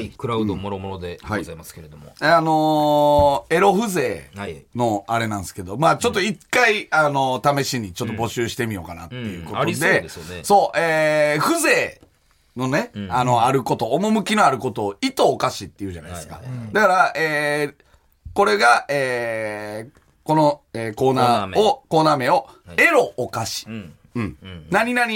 に、クラウドもろもろでございますけれども。あのーエロ風情はいのあれなんですけど、まあちょっと一回、あのー試しにちょっと募集してみようかなっていうことで、うんありそうですよねそうえー、風情のね、あの、あること、趣のあることを意図おかしっていうじゃないですか。だから、えー、これが、えー、この、えーコーナーを、コーナー名を、エロおかし。うん。何々、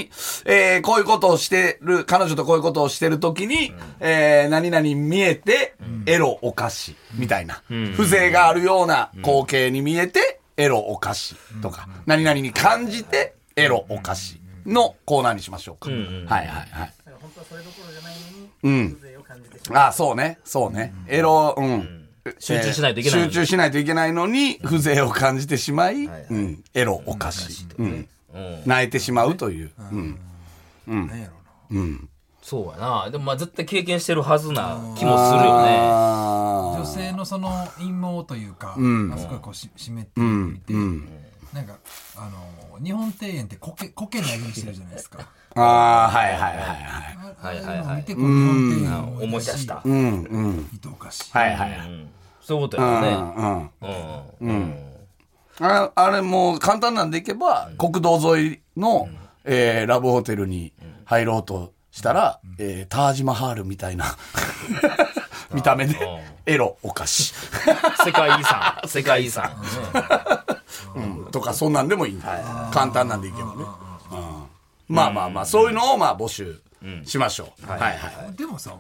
えーこういうことをしてる、彼女とこういうことをしてるときに、えー何々見えて、エロおかし、みたいな、風情があるような光景に見えて、エロおかしとか、何々に感じて、エロおかしのコーナーにしましょうか。はいはいはい。本当はそれどころじゃないのに、うん。風情を感じてしまあ、そうね。そうね。エロ、うん。集中しないといけないえー集中しないといけないのに、風情を感じてしまい、うん。エロおかし。うん。うん。泣いてしまうという。うん。なんやろうな。そうやな。でもまあ絶対経験してるはずな気もするよね。あ女性のその陰謀というか、あそこがこうし湿ってみて、なんかあの日本庭園って苔苔投げにしてるじゃないですか。ーあー、はいはいはいはい。あ あはいはいはいあいうのを見てこう日本庭園を思い出した。う。うんんうん。いとおかしい。はいはいはい。そういうことやね。うんうん。うん。ああれもう簡単なんでいけば、国道沿いの、えーラブホテルに入ろうとしたら、えータージマハールみた いな見た目で、エロお菓子世界遺産。 世界遺産。とか、そんなんでもいいんだ、簡単なんでいけばね。うんまあまあまあ、そういうのをまあ募集しましょう。はいはい。でもさ、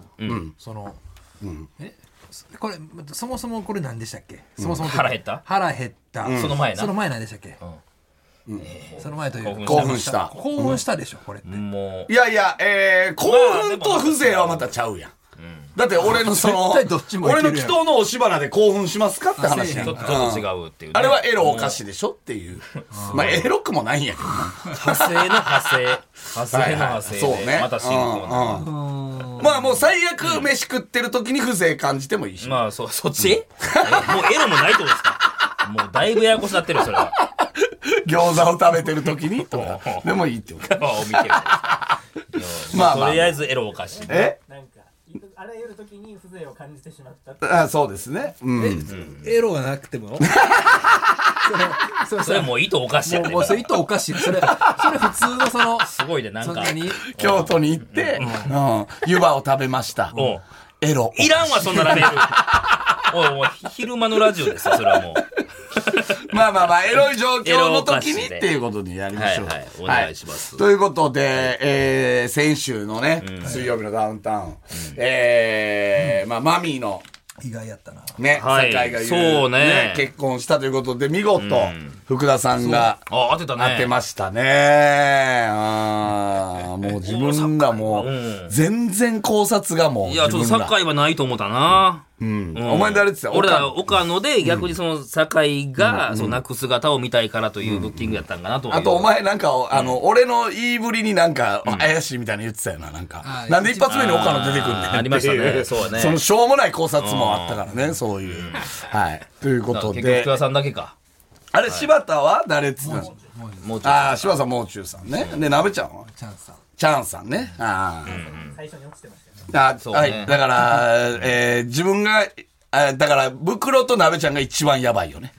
その、えそこれそもそもこれ何でしたっけ？そもそも腹減った腹減った。その前なその前何でしたっけ？その前というか興奮した興奮したでしょこれって。もいやいや、えー、興奮と風情はまたちゃうやん。だって俺のその、絶対どっちもいける俺やんの祈祷のおしばらで興奮しますかって話やう、んちょっとちょっと違うっていうね。あれはエロおかしでしょっていう。まあエロくもないんやけどな。派生の派生。派生の派生で。はいはいそうねまた新コーナー。まあもう最悪飯食ってる時に風情感じてもいいし。まあ、そ、そっち、えもうエロもないってことですかもうだいぶややこしなってるよ、それは。 餃子を食べてる時にとかでもいいってこと。を見 てる。まあまあとり あえずエロおかしい。えう。なんか、あらゆる時に風情を感じてしまった。あそうですね。うん。エロがなくてもそれそれもう意図おかしいやもねうもうそれ意図おかしい。それそれ普通のそのすごいね、 なんそんか。なに京都に行って、うん。湯葉を食べました。おうエロ。いらんわ、そんなラメール。おい、もう昼間のラジオですよ、それはもう。 まあまあまあ、エロい状況の時にっていうことにやりまはいしょう。はい、お願いします。ということで、えー、先週のね、水曜日のダウンタウン、えー、まあ、マミーの意外やったな。ね、はい世界が言うそうね結婚したということで、見事、福田さんがあ、当てた当ね。てましたね。あーもう自分がもうう、全然考察がもう、いや、ちょっと自分ら酒井はないと思ったな。うんお前誰って言って俺たら、岡野で逆にその酒井が、その泣く姿を見たいからというブッキングやったんかなと。あとお。前なんか、あの、俺の言いぶりになんか、怪しいみたいに言ってたよな、なんかあ。ーなんで一発目に岡野出てくんねんっていうあーありましたねそうねのしょうもない考察もあったからね、そういう。はい。ということ結局、で福。田さんだけか。あれ、柴田は誰っつってたのもうちょっああ、柴田さん、もう中さんね。で、なべちゃんはチャンスさん。チャンさんね。あ最初に落ちてましたよね。あ。あそうねはい。だから、えー自分が、あだから、袋となべちゃんが一番やばいよね。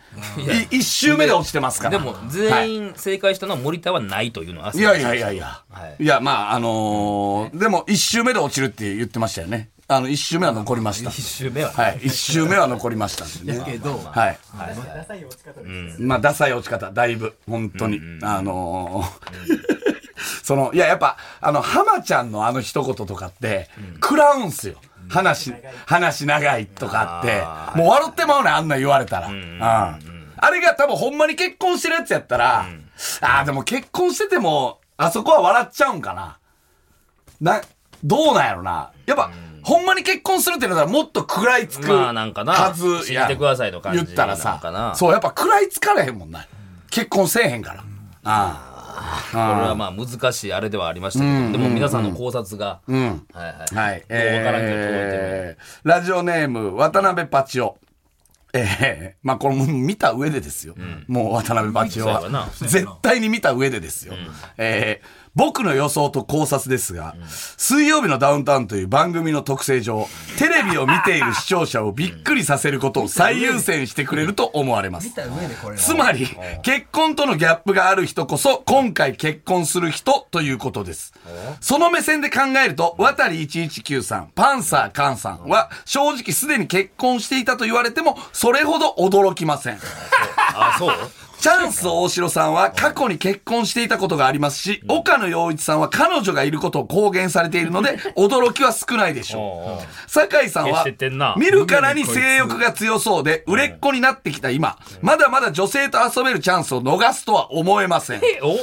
い一周目で落ちてますかとでら。も、はい全員正解したのは森田はないというのは。いやいやいやいや。はいい、や、まあ、あのーでも、一周目で落ちるって言ってましたよね。あの、一周目は残りました。一周目は。はい。一周目は残りましたんでね。だけど、はい。ダサい落ち方です。まあ、ダサい落ち方、だいぶ、本当に。あのーその、いや、やっぱ、あの、浜ちゃんのあの一言とかって、食らうんすよ。話、話長いとかあって、もう笑ってまうねん、あんな言われたら。うん。あれが多分ほんまに結婚してるやつやったら、ああ、でも結婚してても、あそこは笑っちゃうんかな。な、どうなんやろな。やっぱ、ほんまに結婚するってなったらもっと食らいつくまあなんかなはずやん信じてくださいの感じ言ったらなんかなさ、そう、やっぱ食らいつかれへんもんな。結婚せえへんから。あこれはまあ難しいあれではありましたけど、でも皆さんの考察が、はいあ。はい。はい。もう分からんけど届いてる。えーラジオネーム、渡辺パチオ。えー、まあこれも見た上でですよ。もう渡辺パチオそうやわなは。絶対に見た上でですよ。えー僕の予想と考察ですが、水曜日のダウンタウンという番組の特性上、テレビを見ている視聴者をびっくりさせることを最優先してくれると思われます見。た上でこれつまり、結婚とのギャップがある人こそ、今回結婚する人ということです。その目線で考えると、渡り119さん、パンサーカンさんは、正直すでに結婚していたと言われても、それほど驚きません。あ、そうチャンス大城さんは過去に結婚していたことがありますし、岡野陽一さんは彼女がいることを公言されているので、驚きは少ないでしょう。酒井さんは消してってんな、見るからに性欲が強そうで、売れっ子になってきた今、まだまだ女性と遊べるチャンスを逃すとは思えません。えおう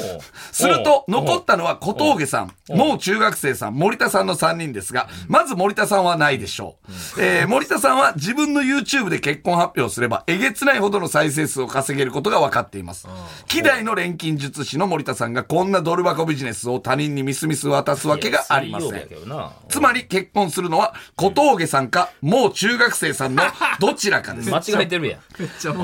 すると、残っおうたのは小峠さん、もう中学生さん、森田さんの3人ですが、まず森田さんはないでしょう。えー森田さんは自分の YouTube で結婚発表すれば、えげつないほどの再生数を稼げることが分かっています。希代の錬金術師の森田さんがこんなドル箱ビジネスを他人にみすみす渡すわけがありませいやん水曜日。やけどなつまり結婚するのは小峠さんか、もう中学生さ んのどちらかです。間違えてるやん。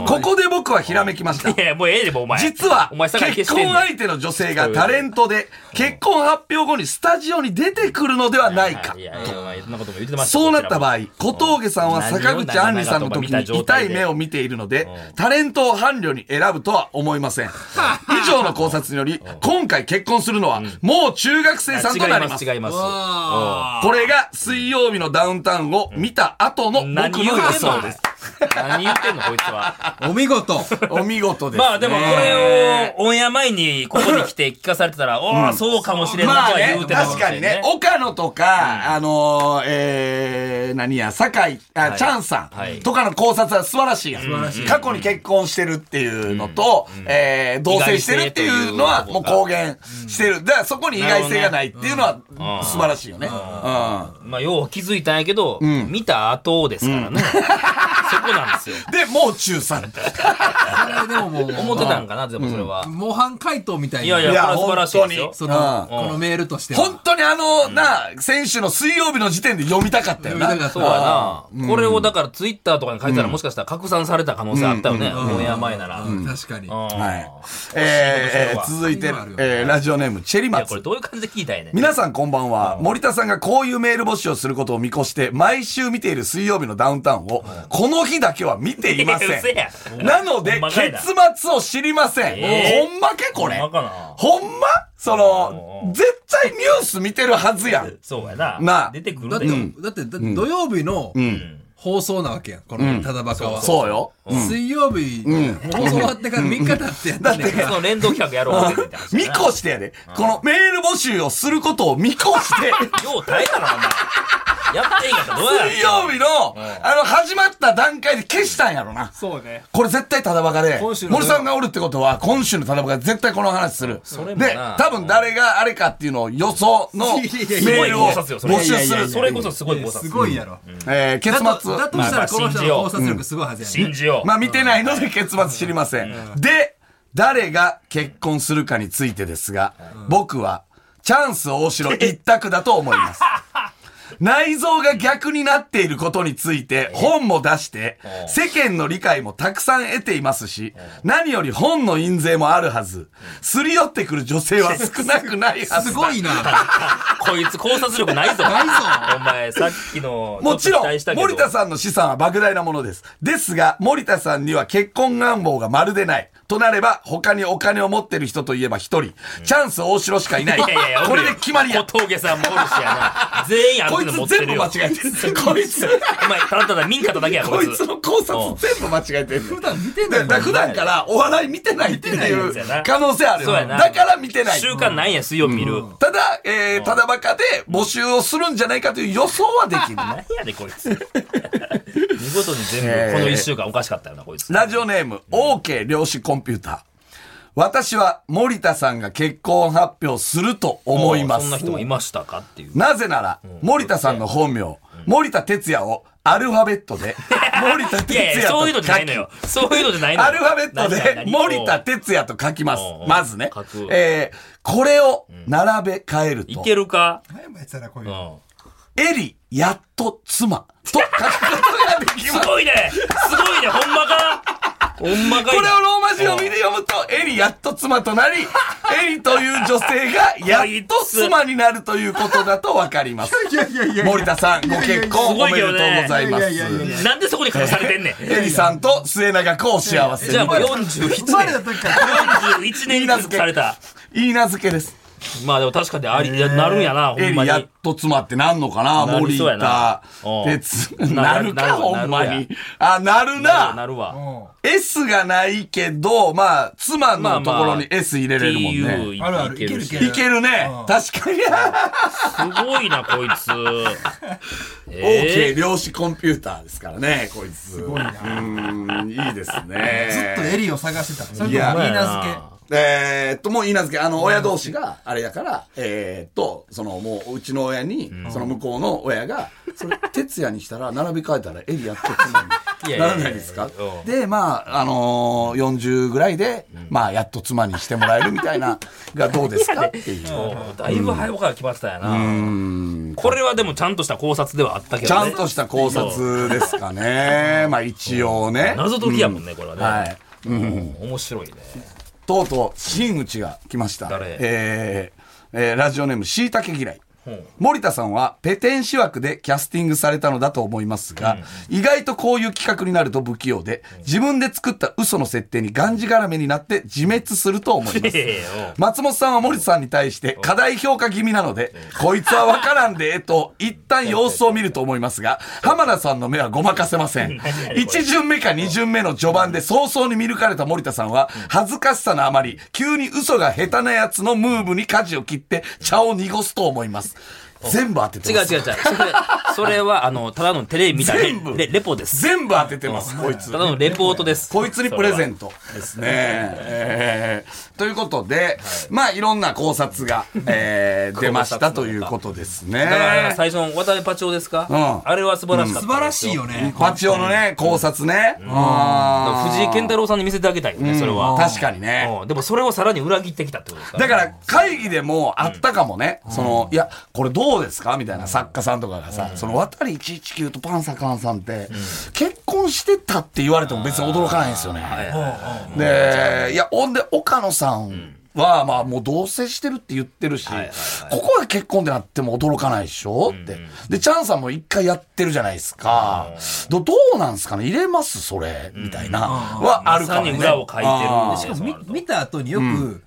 ここで僕はひらめきましたい。や、もうええでもお前。実はお前、酒井消結してんね婚ん相手の女性がタレントで、結婚発表後にスタジオに出てくるのではないかい。やいや、お前そんなことも言ってましたそうなった場合、小峠さんは何を坂口杏里さんの時に痛い目を見ているので、タレントを伴侶に選ぶとは思いま せん。以上の考察により、今回結婚するのは、もう中学生さんとなります。違います。違いまこれが水曜日のダウンタウンを見た後の僕すうん何の言予ってんの 想です。何言ってんのこいつは。お見事。お見事ですね。まあでもこれをオンエア前にここに来て聞かされてたら、おお、そうかもしれんなまとあはね言う、てたかも確しれかんにね、岡野とか、あのー、えー、何や、酒井、あ、はいチャンさはいんとかの考察は素晴らしいやん。過去に結婚してるっていうのと、えー、同棲してるっていうのは意外性というもう公言してる。だからそこに意外性がないっていうのうはん素晴らしいよね。うん。まあ、よう気づいたんやけど、見た後ですからね。そこなんです よ。で、もう中3。あれでももう思ってたんかな、でもそれは。模範解答みたいないやいやこれは素晴らしいですよそうんのこのメールとしては本当にあの、な、先週の水曜日の時点で読みたかったよな。読みたかったそうやな、これをだからツイッターとかに書いたらもしかしたら拡散された可能性あったよね。オンエア前なら。うん確かにはい。えーえー続いて今ある、よえーラジオネーム、チェリマいやツこれ。どういう感じで聞いたんやねん。皆さんこんばんは。森田さんがこういうメール募集をすることを見越して、毎週見ている水曜日のダウンタウンを、この日だけは見ていませ嘘やん。なのほでん、まかいな結末を知りません。えーほんまけこれ。ほんまかなほんまそうんうのん、絶対ニュース見てるはずやん。そうやな。なあ出てくだるってでよ。だってだって土曜日の放送なわけやんこのただバカはそうよ。水曜日放送終わってから3日経ってやっだったんてねんからその連動企画やろうって言ってました見ね。越してやで。このメール募集をすることを見越して、よう耐えたな、お前。やっていいかったらどうや水曜日の、あの、始まった段階で消したんやろな。そうね。これ絶対ただバカで、今週の森さんがおるってことは、今週のただバカ絶対この話する。れもなで、多分誰があれかっていうのを予想 のメールを募集すそれる。こそすごい考察。すごいやろえー、結だと末だ。としたらこの人の考察力すごいはずやね信じよう。まあ見てないので結末知りません。で、誰が結婚するかについてですが、僕はチャンス大城一択だと思います。内臓が逆になっていることについて本も出して、世間の理解もたくさん得ていますし、何より本の印税もあるはず、すり寄ってくる女性は少なくないはずす。ごいなこいつ考察力ないぞ。ないぞ。お前、さっきの。もちろん期待した、けど森田さんの資産は莫大なものです。ですが、森田さんには結婚願望がまるでない。となれば、他にお金を持ってる人といえば一人、チャンス大城しかいない。いやいやいや、これで決まりや。小峠さんもおるしやな。全員あこいるの持っつて全る部よ。間違えてる。こいつ、お前、ただただ民家だけや、ここいいつつ。の考察全部間違えてる。普段見てないもん普段からお笑い見てないっていう可能性あるよ。そうやなだから見てない。習慣ないんや、水曜日見る。ただ、えー、ただバカで募集をするんじゃないかという予想はできる。何やで、こいつ。見事に全部、この一週間おかしかったよな、こいつ。ラジオネーム、OK 量子コンピューター。私は森田さんが結婚発表すると思いまそんすな。人もいましたかっていう。なぜなら、森田さんの本名、森田哲也をアルファベッ トで、森田い哲やいや、そうい也うのとじゃな書いきの、よ。そういうのじゃないのよ。アルファベット何で何森田哲也と書きますおうお。うまずね書く。えー、これを並べ替えるいと、けるか前もやってたなこういううのん。エリ、やっと妻と書くことができます す。ごいねすごいね、ほんまかほんまかいこれなをローマ字読みで読むと、エリやっと妻となり、エリという女性がやっと妻になるということだとわかります。いやいやいや森田さん、ご結婚おいやめいでやとうございまいやいやいやいす。なんでそこに隠されてんねん。エリさんと末永子を幸せじゃあにもう。41年。生まれた時から 41年に隠された。いい名付けです。まあでも確かにあり、いやなるんやな、ほエんまリに。やっと妻ってなんのかななり森そうやな田うん哲。ななるるか、なるほんまなにる。あ、なるなるなな。るわ。 S がないけど、まあ、妻まのあとまあころに S 入れれるもん TU ね。いあるあるけるいけし。るいけるね。確かに。すごいな、こい つ。 OK えー量子コンピューターですからね、こいつ。すごいな。ん、いいですね。ずっとエリを探してた。それいともやみんなほんま付やけな。えーっと、もういいなんですけど、あの、親同士が、あれやから、えーっと、その、もう、うちの親に、その向こうの親が、それ、哲也にしたら、並び替えたら、エリやって妻いにやいなやいらやないです かうで、まあ、あのー、40ぐらいで、まあ、やっと妻にしてもらえるみたいな、がどうですかっていう。もうだいぶ早くから来ましたやな。これはでもちゃんとした考察ではあったけちどゃねん。とした考察ですかね。まあ、一応ね。謎解きやもんね、これははね。い。面白 いね。とうとう新内が来ました誰えーえーラジオネームしいたけ嫌いん森田さんはペテン師枠でキャスティングされたのだと思いますが、意外とこういう企画になると不器用で、自分で作った嘘の設定にがんじがらめになって自滅すると思います。ええ松本さんは森田さんに対して課題評価気味なので、こいつはわからんで、と、一旦様子を見ると思いますが、浜田さんの目はごまかせません。1巡目か2巡目の序盤で早々に見抜かれた森田さんは、恥ずかしさのあまり、急に嘘が下手なやつのムーブに舵を切って、茶を濁すと思います。全部当てて 違うます。違う違う。それ、それは、あの、ただのテレビみたい全部なレレポです。全部当ててます、こいつた。だのレポートです。こいつにプレゼントですね。えーということで、まあいろんな考察が、え ー出ましたということですだからね。最初の渡辺パチオですか、うんあれは素晴らしかった、素晴らしいよ。ね。パチオのね、考察ね。あー藤井健太郎さんに見せてあげたいよね、それは。確かにね。うんでもそれをさらに裏切ってきたってことですかだから会議でもあったかもね、その、いや、これどうですかみたいな作家さんとかがさ、その渡り119とパンサカンさんって、結婚してたって言われても別に驚かないんですよね。で、いや、ほんで、岡野さんは、まあ、もう同棲してるって言ってるし、ここは結婚でなっても驚かないでしょって。で、チャンさんも一回やってるじゃないですか。ど、どうなんすかね入れますそれみたいな。はあまるさかもにね。裏を書いてるんですよ。しかそうもなると見見た後によく、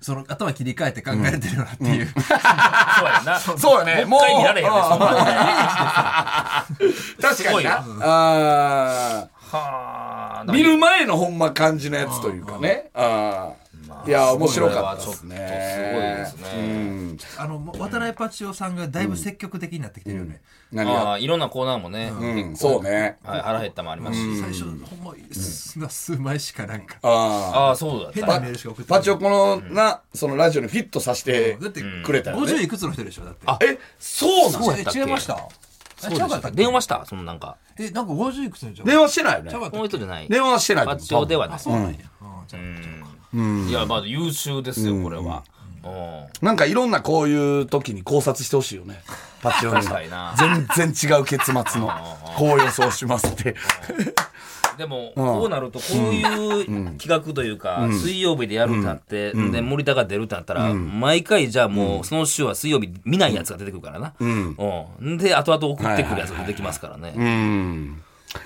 その頭切り替えて考えてるよなっていう。そうやな。そうよね。ももうう。一回見られへんね、そんなのね確かにな。あはあー見る前のほんま感じのやつというかね。あーいや、面白かったですね。すごいですねうんあの、もう渡辺パチオさんがだいぶ積極的になってきてるよね。何あが。あいろんなコーナーもね、うん、そうね。はい、腹減ったもありますし、最初、ほんま、すな数枚しかなんか、ああ。ああそうだっ変たなメールしか送ってなパいチオこの、な、そのラジオにフィットさせてだって、くれたよ50ね。いくつの人でしょだって。あえ、そうなのやったっけえ違いましたそうえで違しうかったょっけ電話したそのなんかえ、なんか50いくつの人電話してないよねちゃう。かったこの人じゃない電話してないとパ思うチオではないあ、そうなんや。あじゃあいやまあ優秀ですよこれは、うんなんかいろんなこういう時に考察してほしいよ ね。パチオに確かにはな。全然違う結末の、こう予想しますって。でも、こうなると、こういう企画というか、水曜日でやるってなって、で、森田が出るってなったら、毎回、じゃあもう、その週は水曜日見ないやつが出てくるからな。うん。で、後々送ってくるやつが出てきますからね。うん。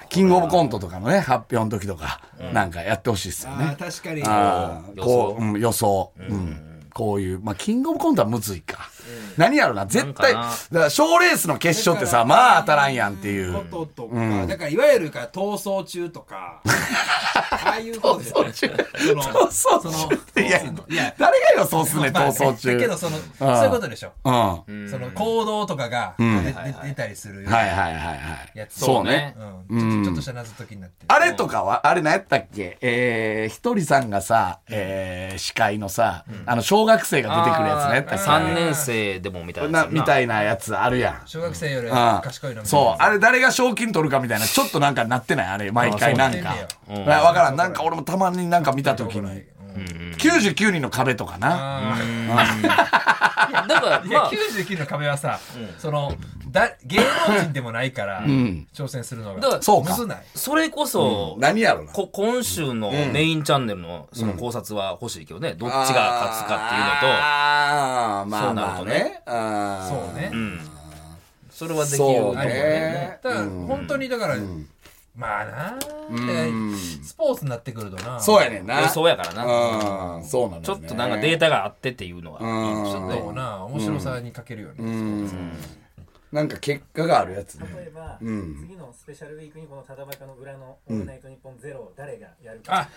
キングオブコントとかのね、発表の時とか、なんかやってほしいですよあね。確かに。ああ、こう、うん予想。うんこういう、まあ、キングオブコントはむずいか。何やろな、絶対、なだんかから賞レースの決勝ってさ、まあ当たらんやんっていう。こととか、だからいわゆるから逃走中とか、ああいうことですね。その逃走中っていやいや誰が予想すんねん逃走中だけど、その、そういうことでしょ。うんはその行動とかが出て出たりするよういなはいはいはいやつ。そうねうんちょっとちょっとした謎解きになってる。あれとかはあれ何やったっけえー、ひとりさんがさ、えー、司会のさ、あの小学生が出てくるやつねやったっけ3年生でもみたいななやつやな。みたいなやつあるやん小学生よりああ賢いのそうあれれ誰が賞金取るかみたいなちょっとなんかなってないあれ毎回なんかあそううんわからんなんか俺もたまになんか見た時に99人の壁とかなああだから、いまやあ、 99の壁はさ、そのだ芸能人でもないから、挑戦するのだかがらそうかむずないそれこそ、何やろな。こ今週のメインチャンネルのその考察は欲しいけどね、どっちが勝つかっていうのと、ああ、まそあうなまるあとねね。あそうーね、それはできるとそう思うねね。。ただ本当にだから、まあなでスポーツになってくるとなそうやねん予な。想やからな。うん、そうなのよねちょっとなんかデータがあってっていうのは、ちょっそうとねな面白さに欠けるよね、スポーなんか結果があるやつね。例えば、次のスペシャルウィークにこのただバカの裏の「オールナイトニッポンゼロを誰がやるか、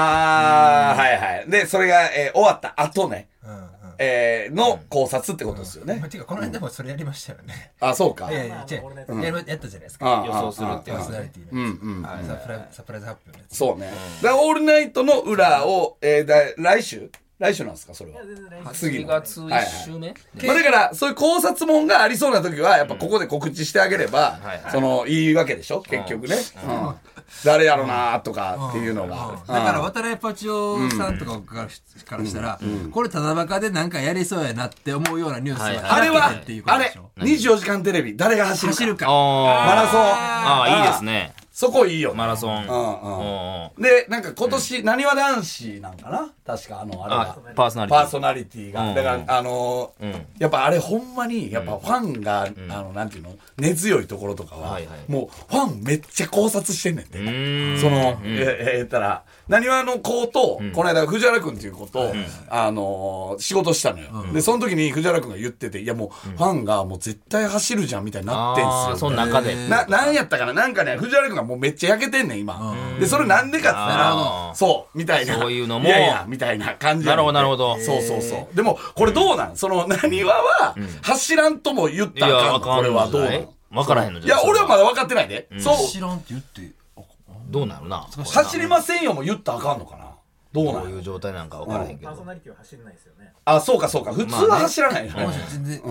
ああ、はいはい。で、それが、えー終わった後ね、ツうんうんえーの考察ってことですよねまあ。ていうかこの間もそれやりましたよね、あ、そうか。いやいや違うやるやったじゃないですかあー予想するっパてやーつソナリね。ティのやつ、あサプライサプライズ発表のやつそうね。だからオールナイトの裏を、えーだ来週来週なんですか、それは。いや全然来週次1の。月はいは1い週目まあ、だから、そういう考察本がありそうな時は、やっぱここで告知してあげればはいは、いその、いいわけでしょ結局ね。うん誰やろなとかっていうのが。だから渡辺パチオさんとかからしからしたら、これただバカでなんかやりそうやなって思うようなニュースはいはいはあれは開けてっていう、こあとでれしょ、 24時間テレビ、誰が走るか。走るかあマラソン。ああ、いいですね。そこいいよね。マラソン。うんうんうんうんで、なんか今年、なにわ男子なんかな確か、あの、あれあが。、パーソナリテパーィ。ソナリティうが。んだから、あのーうんやっぱあれほんまに、やっぱファンが、あの、なんていうの、根強いところとかは、はいはいもうファンめっちゃ考察してんねんて。うーんその、え、え、えったら、なにわの子と、この間、藤原くんっていう子と、あのー、仕事したのよ。で、その時に藤原くんが言ってて、いやもう、ファンがもう絶対走るじゃんみたいになってんすあよ。ーその中で。な、なんやったかななんかね、藤原くんがもうめっちゃ焼けてんねん、今。で、それなんでかってなるほどそう、みたいな。そういうのもいやいや、みたいな感じやねんてなるほどなるほどそうそうそう。でも、これどうなんその、なにわは、走らんとも言ったらあかんのこれはどうなんわからへんのいや、俺はまだ。だ分かってないで。そう、知らんって言ってどうなるな。走りませんよも言ったらあかんのかなどうこなういんう状態なんかわからへんけパーソど。ナリティは走んないですよねあ、そうかそうか。普通は走らないよね。ごめんなさい全然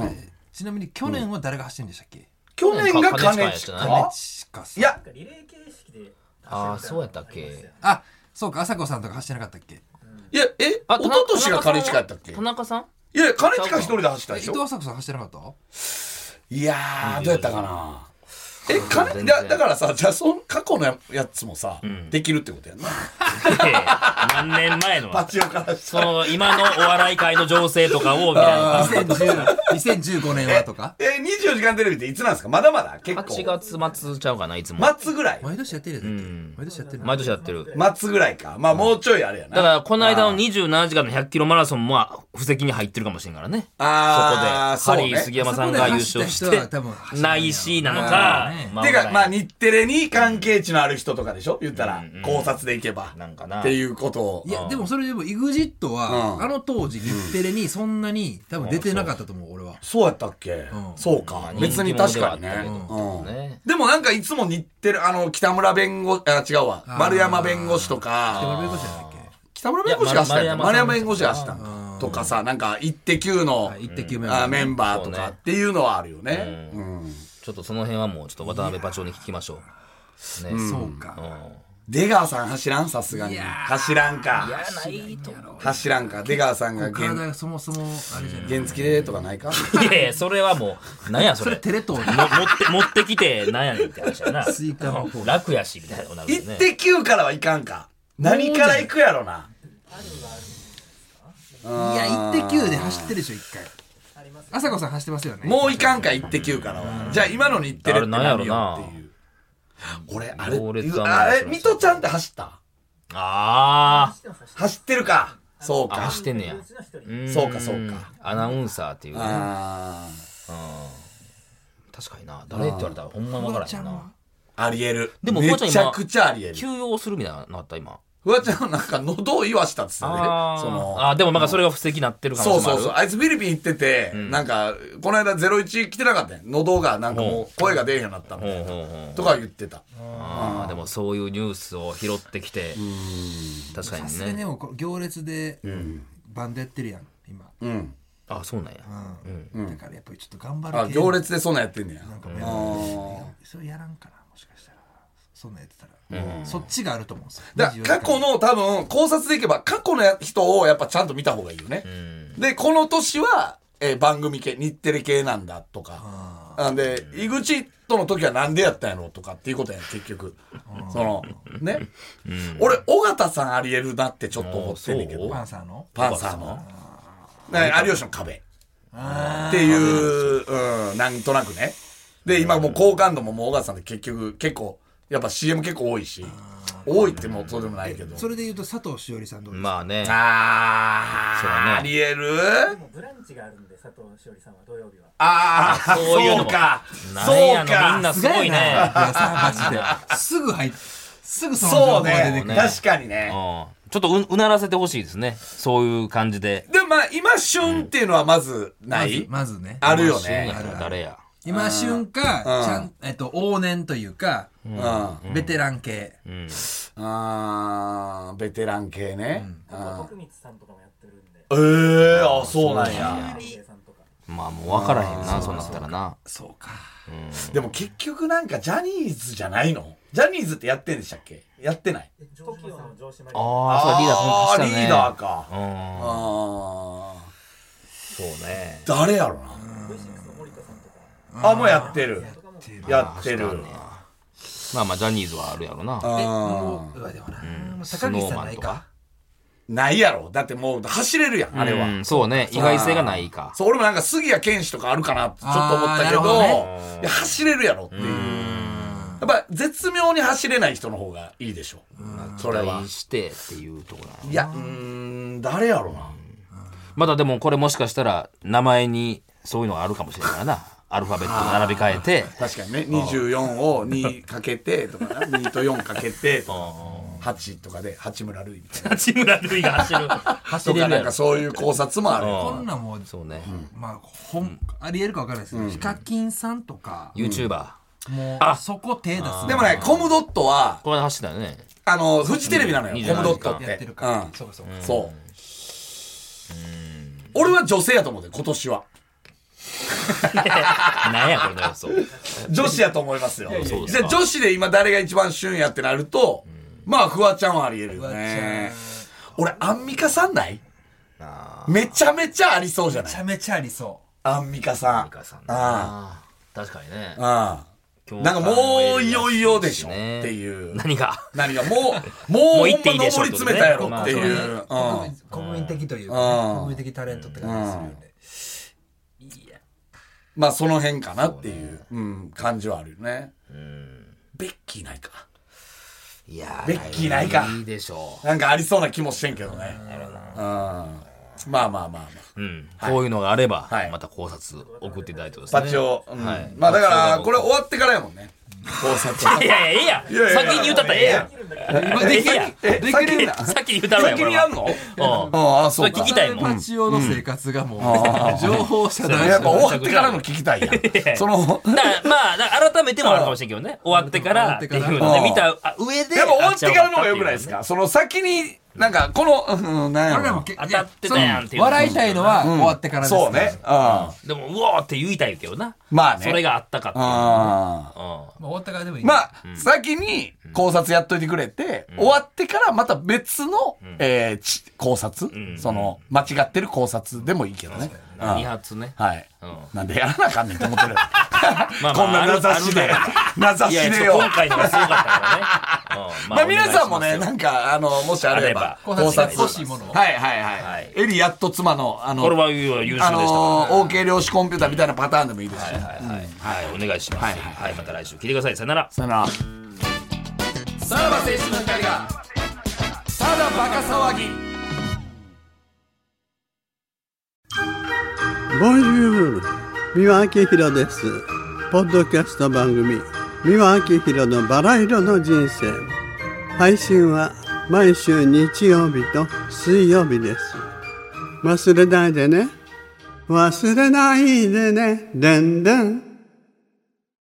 ちなみに去年は誰が走るんでしたっけ去年が金金近近やったな金近さいんやなん、かリレー形式でああ、そうやったっ け。あそうか朝子さんとか走ってなかったっけいや、え、あ一昨年が金近やったっけ田中さんいや、金近一人で走ったえで伊し藤ょ朝子さん走ってなかったいやー、どうやったかなえ、金、全然だだからさ、じゃあ、その過去のやつもさ、できるってことやんな。いやいや何年前のパチオからしたそら。の今のお笑い界の情勢とかをみたいな。 2010 2015年はとかえ、24時間テレビっていつなんですかまだまだ結8構。月末ちゃうかないつも。末ぐらい毎年やってるやつだっけ毎年やってる毎年やってる。末ぐらいか。まあ、もうちょいあれやな。だから、この間の27時間の100キロマラソンも、まあ布石に入ってるかもしれんからね。あーそこで、そうハリねー杉山さんが優勝そこで走った人は多分走しらて、なないやろうないしなのか、てか、まあ、わからん日テレに関係値のある人とかでしょ言ったら、考察でいけば。なんかなっていうことをい。やでもそれでも EXIT は、うんあの当時日テレにそんなに多分出てなかったと思う俺はそうやったっけそうか。別に確かにね。人気者ではあったけどうんねでもなんかいつも日テレ、あの、北村弁護あ、違うわ。丸山弁護士とか、弁護士じゃないっ北村弁護士がしたんいだ。や丸ま丸山山弁護士がしたんだ。とかさ、なんか、イッテ Q の、け一滴目あはメンバーとそうかねっていうのはあるよね。うんちょっとその辺はもう、ちょっと渡辺パチョに聞きましょう。ね。うんそうか出川さん走らんさすがに。走らんか。ないと思う走らんか。出川さんが原体がそもそもあれじゃない原付でとかないかいやいや、それはもう、なんやそそれれ。テレ東にも持って、持ってきて、なんやねんって話やな。スイカの方楽やし、みたいなことなるよ一ね。滴9からはいかんか。何から行くやろな。いや一滴で走ってるでしょ一回朝子さん走ってますよねもういかんか一滴9からは。じゃあ今の日テレって何よってあれなんやいう。俺、あれ行列、はあないれ、ミトちゃんって走ったあ走ってるか。そうか。あ、走ってんねや。んそうかそうか。アナウンサーっていうね。あー確かにな。誰って言われたらほんまわからへんな。ありえる。でもめフワちゃん今ちゃくちゃありえる。休養するみたいなのあった、今。フワちゃんなんか喉を言わしたって言ってたね。その、あー、でもなんかそれが布石になってる可そ能う性もそある。うそう。あいつフィリピン行ってて、なんか、この間01来てなかったやん。喉がなんかもう声が出えへんようになったみたいほうほうなほ。とか言ってた。あーでもそういうニュースを拾ってきて、確かさにすがにね。でもこう行列でバンドやってるやん今うん。あ、そうなんや。だからやっぱりちょっと頑張るあ、系行列でそんなんやってんねや。なんか目を向けてそれやらんかなもしかしたらそんなんやってたら、そっちがあると思うんですよだ24時過間去の多分考察でいけば過去の人をやっぱちゃんと見た方がいいよね。で、この年はえー番組系、日テレ系なんだとか。なんで、井口との時はなんでやったんやろうとかっていうことやん、結局。その、ね。俺、尾形さんありえるなってちょっと思ってんねんけあーどそう。パンサーのパンサーの。ね有吉の壁。っていう、うん、なんとなくね。で、今もう好感度ももう小川さんで結局、結構、やっぱ CM 結構多いし、多いってもうそうでもないけど。それで言うと佐藤しおりさんどうですかまあね。あそうー、だねありえるもうブランチがあるんで、佐藤しおりさんは土曜日は。あー、そういうのそもうか。なんやそうのみんなか。すごいいねや。さマジですぐ入ってすぐその情そう報が出てねく。る確かにね。うんちょっとううならせてほしいですね。そういう感じで。でもまあ、今旬っていうのはまずないまずねあるよそうね。やな誰や。今瞬かちゃんえっと往年というかうん。あベテラン系ー、ベテラン系ね。うん徳光さんとかもやってるんで、ええー、あ、そうなんや。安平さんとか。まあもう分からへんな、そうなったらな。そうかでも結局なんかジャニーズじゃないのジャニーズってやってんでしたっけやってない。 TOKIO の城島にああ、そうリーダーそんな話したね。あリーダーか。あー。うん。あそうね。ー。誰やろ V6 の森田さんとか。な。あ、もうやってる。とかもやってる。まあまあ、ジャニーズはあるやろな。あえーもううわでもなもうス高ノ岸ーさマんンないとかかないやろ。だってもう走れるやん、あれは。うんそうね。意外性がないか。そう、俺もなんか杉谷拳士とかあるかなってちょっと思ったけど、あーなるいや走れるやろっていう。やっぱ絶妙に走れない人の方がいいでしょ。それは対。してっていうところなのいや、うーん、誰やろな。まだでもこれもしかしたら、名前にそういうのがあるかもしれないから な。アルファベット並び替えて。確かにね24を2かけてとかな 2と4かけてとか8とかで八村塁みたいな八村塁が走る。 走とれかるなやんろか。そういう考察もあるこんなんもうそうね。まあほんありえるかわからないですけどヒカキンさんとか YouTuber。もうそこ手出すでもねコムドットはこれ走ったよね。あのフジテレビなのうんよコムドットっやっててるからうそうかそうかんそう俺は女性やと思うで今年はなんやこれの予想。女子やと思いますよそうですじゃかあ女子で今誰が一番旬やってなるとまあフワちゃんはありえるよね俺アンミカさんないめちゃめちゃありそうじゃなめいちゃめちゃありそアンミカさんミカさんねあ確かにねあ。ああなんかもういよいよでしょってう。いう。何が何がもう、ももううほ行んっていいまでしょ登り詰めたやろっていう。うんとう国民的というかうねん国民的タレントって感じするよねまあその辺かなっていううん感じはあるよね。ベッキーないか。いやベッキーないかいいでしょなんかありそうな気もしてんけどね。うん。まあまあまあまあ。う。うん。こういうのがあればはい、また考察送っていただいてですね。パチオ。うんはいまあだから、これ終わってからやもんね。考察はいやいや、ええやん。先に言うたったらええやん。今できるやん。え、先に、先に言うたろやん。先にやんのこれはああ、うん。そそれうか聞。きたいもパん。チオの生活がもうあ情報遮断やっぱ終わってからの聞きたいやん。その、だからまあ、だから改めてもあるかもしれんけどね。 終わってからっていうのでうん見たあ上で。やっぱ終わってからの方が良くないですあかその先に、なんか、この、うん、なんや俺らもろ。結当たってたやんっていう笑いたいのは終わってからですかそうらね。うちゃうかっていうね。でも、うおーって言いたいけどな。ん。まあね。それがあったかっていうね。ああ。うん。まあ終わったからでもいいまあ、先に考察やっといてくれて、終わってからまた別の、えーち考察、その、間違ってる考察でもいいけどね。うん二発ね。はいうん。なんでやらなあかんねんと思ってる。 まあまあこんな名指しであるある、 名指いやしいや、でちょよ。今回のがすごかったからね。 うんまあ皆さんもお願ね、いしなますよんか、あの、もしあれば、あれば考察考欲しいものをはいはいはい。はいエリやっと妻の、あの、これは優秀でしたあからのー、OK 量子コンピューターみたいなパターンでもいいですし。はいはいはい、お願いします。はい、また来週聞いてください。さよなら。さよなら。さらば青春の光が、ただバカ騒ぎ。ボンジュール三輪明宏ですポッドキャスト番組三輪明宏のバラ色の人生配信は毎週日曜日と水曜日です忘れないでね忘れないでねでんでん